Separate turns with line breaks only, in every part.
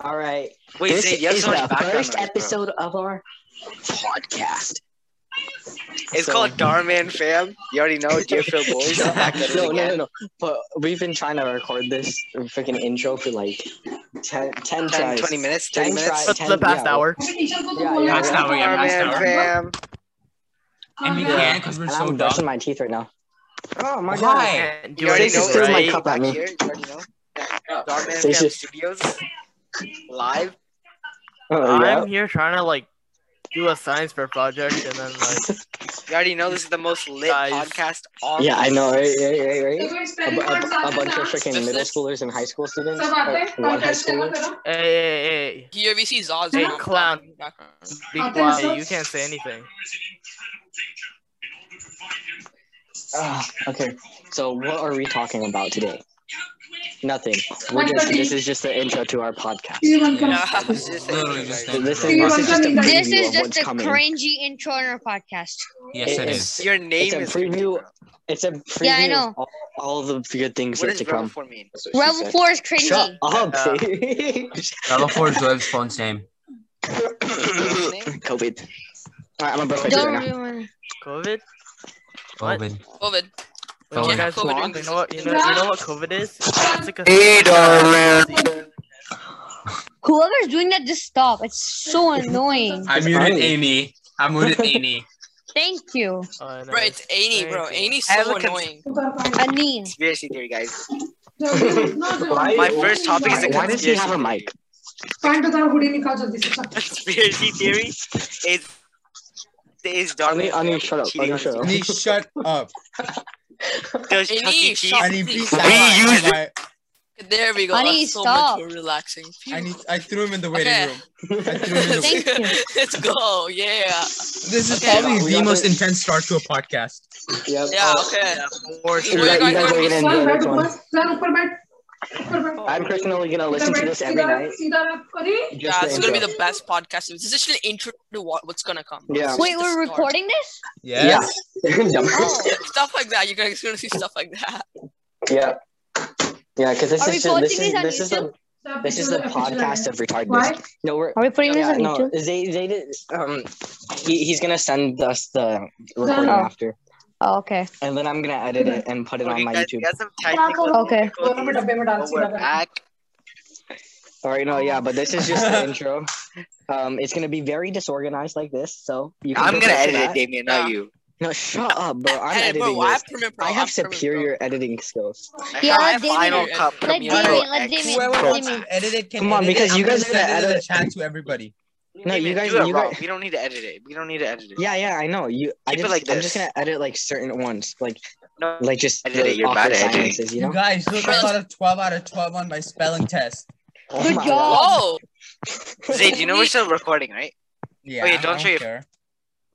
All right.
Wait,
this
Zane, you have
is
so much
the
background
first
noise, bro.
episode of our podcast.
It's called Darman Fam. You already know Deerfield Boys.
No,
Back at it
no,
again.
no, no, no. But we've been trying to record this freaking intro for like 10, 10
10,
tries.
20 minutes, 30
Ten
minutes.
tries.
But the past
Yeah.
hour.
yeah.
Last hour, yeah, last
Darman
hour.
Fam.
Oh,
And we
Yeah.
can't because we're
And
so
I'm
dumb.
brushing my teeth right now. Oh my god.
Why?
And
You
do
already
it
Stacy
know,
spilled my
right?
cup at
Back
me.
here, you already know. Darman
Stacy-
Fam Studios. Live.
Oh, yeah.
I'm here trying to like do a science fair project and then like
You already know this is the most lit
Guys.
podcast on
Yeah, I
the-
know, right? Right, right, right. A,
A,
bu- a, bu- a bunch of freaking
This
middle
is-
schoolers and high school students.
सब आते
or
हैं
One high
podcast चला
schooler.
करो
hey hey hey,
He ever sees Oz?
Hey, clown. hey be
Okay,
quiet
so-
you can't say anything.
Ah, okay, so what are we talking about today? Nothing. We're
One
just,
thirty.
this is just the intro to our podcast.
ये बंद करो
Yeah.
This is the
Literally
intro,
just
guys.
the-
This is,
You
this
want
is just a
something that-
preview
This is
of
just
what's
a
coming.
cringy intro in our podcast.
Yes,
It
it
is.
is.
Your name
It's a
is your
preview.
intro.
It's a preview
Yeah, I
of
know.
all, all the good things
What
yet
does
to
Rebel
come.
Four mean?
Rebel 4 is cringy.
Shut up,
Uh,
Sage.
Level 4 is Doiv's phone's name.
COVID. All right, I'm a brush my teeth
Don't
right now.
ruin
COVID? What?
COVID.
COVID.
What you
Don't
guys
have COVID
want?
during
You know what you know, you know what COVID is? It's like a
Whoever's doing that, just stop. It's so annoying.
I muted Amy. I muted Amy.
Thank you.
Oh, no.
Bro, it's Annie, bro.
Crazy.
Amy's
I have
so
a cons-
annoying.
Anine.
Conspiracy theory, guys.
Why-
My first topic is
Why,
a
why does he
conspiracy
have a mic?
Pant उतारो hoodie निकाल जल्दी से चल।
Conspiracy theory is is Darman.
Ani, Ani, shut up.
cheating
Ani,
on
shut
his-
up.
Nick, shut up.
Does
Any
Chuck E. Cheese?
shot-
I need please.
We
use I,
There we go.
Honey,
That's so much
stop.
more relaxing.
I need. I threw him in the waiting
Okay.
room. I threw him in the.
Thank you.
Let's go. Yeah.
This is
Okay.
probably
We
the
gotta-
most intense start to a podcast.
Yep.
Yeah. Okay.
You
Or
Where
guys,
you
you
guys
guys are
going?
gonna
चल,
enjoy
बैठ
this
ऊपर,
one.
चल, ऊपर बैठ। ऊपर बैठ।
I'm personally gonna listen to
सीधा
this
बैठ,
every
सीधा-
night.
सीधा बैठ, अरे,
Just
Yeah,
the
it's gonna be
intro.
the best podcast. This is just an intro to what, what's gonna come.
Yeah.
Wait, we're recording this?
Yeah.
Yeah.
Oh.
Stuff like that. You're gonna, you're gonna see stuff like that.
yeah. Yeah, because this
Are we
is just, this is
posting these on
this is the
YouTube?
सब
this is the
episode- episode
podcast
है।
of retardedness.
Why?
No, we're
Are we putting
yeah,
this on
no,
YouTube?
they they did um he, he's gonna send us the recording
Oh.
after,
Oh, okay.
and then I'm gonna edit it and put it on
Okay,
my
guys,
YouTube.
we got some technical
Okay.
दोनों में
difficulties,
डब्बे में डाल
but
सीधा
We're
बैठ।
back.
All right, no, yeah, but this is just the intro. Um, it's gonna be very disorganized like this, so you can
I'm
look
gonna
forward
edit
to
it,
that.
Damien, not you.
No, shut up, bro. I'm
Hey,
editing
bro, I
this.
have permit, bro.
I
I'm
have
permit, bro.
superior editing skills.
Yeah,
I have
Damien-
Final Cut
let
Premiere
Damien-
Pro
let
X.
Damien-
Whoever
Whoever
wants
wants
to
to
edit it can
Come on,
edit
because
it.
you
I'm gonna
guys
send
gotta
it in
edit-
the chat to everybody.
No, you guys-
do it
you
wrong.
guys-
We don't need to edit it. We don't need to edit it.
Yeah, yeah, I know. You, I
Keep it
just,
like
I'm just
this.
gonna edit like certain ones, like
No,
like just
Edit it,
the
you're bad
awkward
at editing.
silences, you
You
know.
guys, look, I
Bro.
got a 12 out of 12 on my spelling test.
Oh
Good
my
job.
God.
Whoa.
Zayd, you know we're still recording, right?
Yeah.
Wait,
I
don't show your-
care.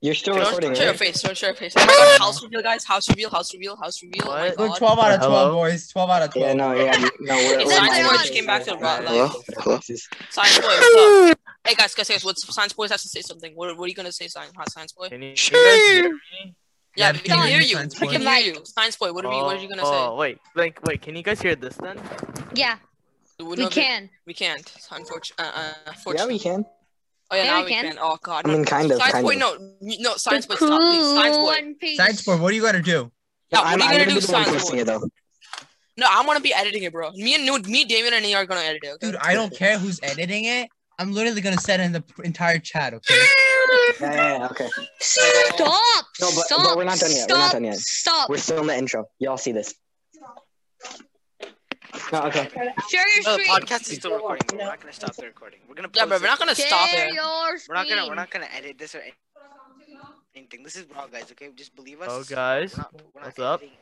You're still
Don't,
recording,
show your
right?
face. Don't show your face. Oh my god, house reveal, guys. House reveal. House reveal. House reveal. Oh my
What?
Look,
god.
12 out of 12,
Hello?
boys. 12 out of 12.
Yeah, no, yeah, no. We're,
It's
we're
not
minor.
like George
came back to rock, like-
Hello? Hello?
Science boy, what's up? Hey guys, guys, guys, what's Science Boy has to say something. What, what are you gonna say, Science, Science Boy?
Can you, you guys hear me?
Yeah,
Yeah,
we
we
can
can hear
hear
you,
you.
Science
We
Boy.
can hear you, Science Boy. What are we? What are you gonna
oh,
say?
wait, like wait, can you guys hear this then?
Yeah,
We're
we
not-
can.
We can't. Unfortunately. Uh, uh,
Yeah,
fortunately.
we can.
oh yeah,
Yeah,
now
we
we
can.
can. Oh god.
I mean,
no.
kind of,
Science
kind
Boy,
of.
no, no, Science
The
Boy, stop, please.
cool
Science Boy.
One Piece.
Science boy, what do you gotta do?
Yeah,
I'm,
what are you
I'm
gonna
gonna
do,
be the one
Science
posting
Boy?
it though.
No, I'm gonna be editing it, bro. Me and Nude, me, Damien, and you are gonna edit it. Okay?
Dude, I don't care who's editing it. I'm literally gonna send it in the p- entire chat, okay?
Yeah, yeah, yeah, okay.
Stop!
No, but-
stop!
but we're not done yet, we're not
Stop!
done yet.
Stop!
We're still in the intro. Y'all see this? No, okay.
Share your
No, the
screen.
podcast is still recording. We're not gonna stop the recording. We're gonna.
Yeah, bro,
post
we're
it.
not gonna
Share
stop it.
your
We're not gonna. We're
screen.
not gonna edit this or anything. This is raw, guys. Okay, just believe us.
Oh guys.
We're not- we're not
What's up?
editing.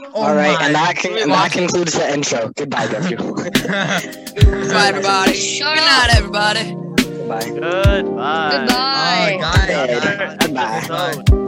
Oh
All right,
my
and that con- and that
God.
concludes the intro. Goodbye, nephew.
Bye, everybody.
Shut
Good
up.
night, everybody.
Goodbye.
Goodbye.
Goodbye.
Oh, guys,
Bye.
guys.
Goodbye.
Episode.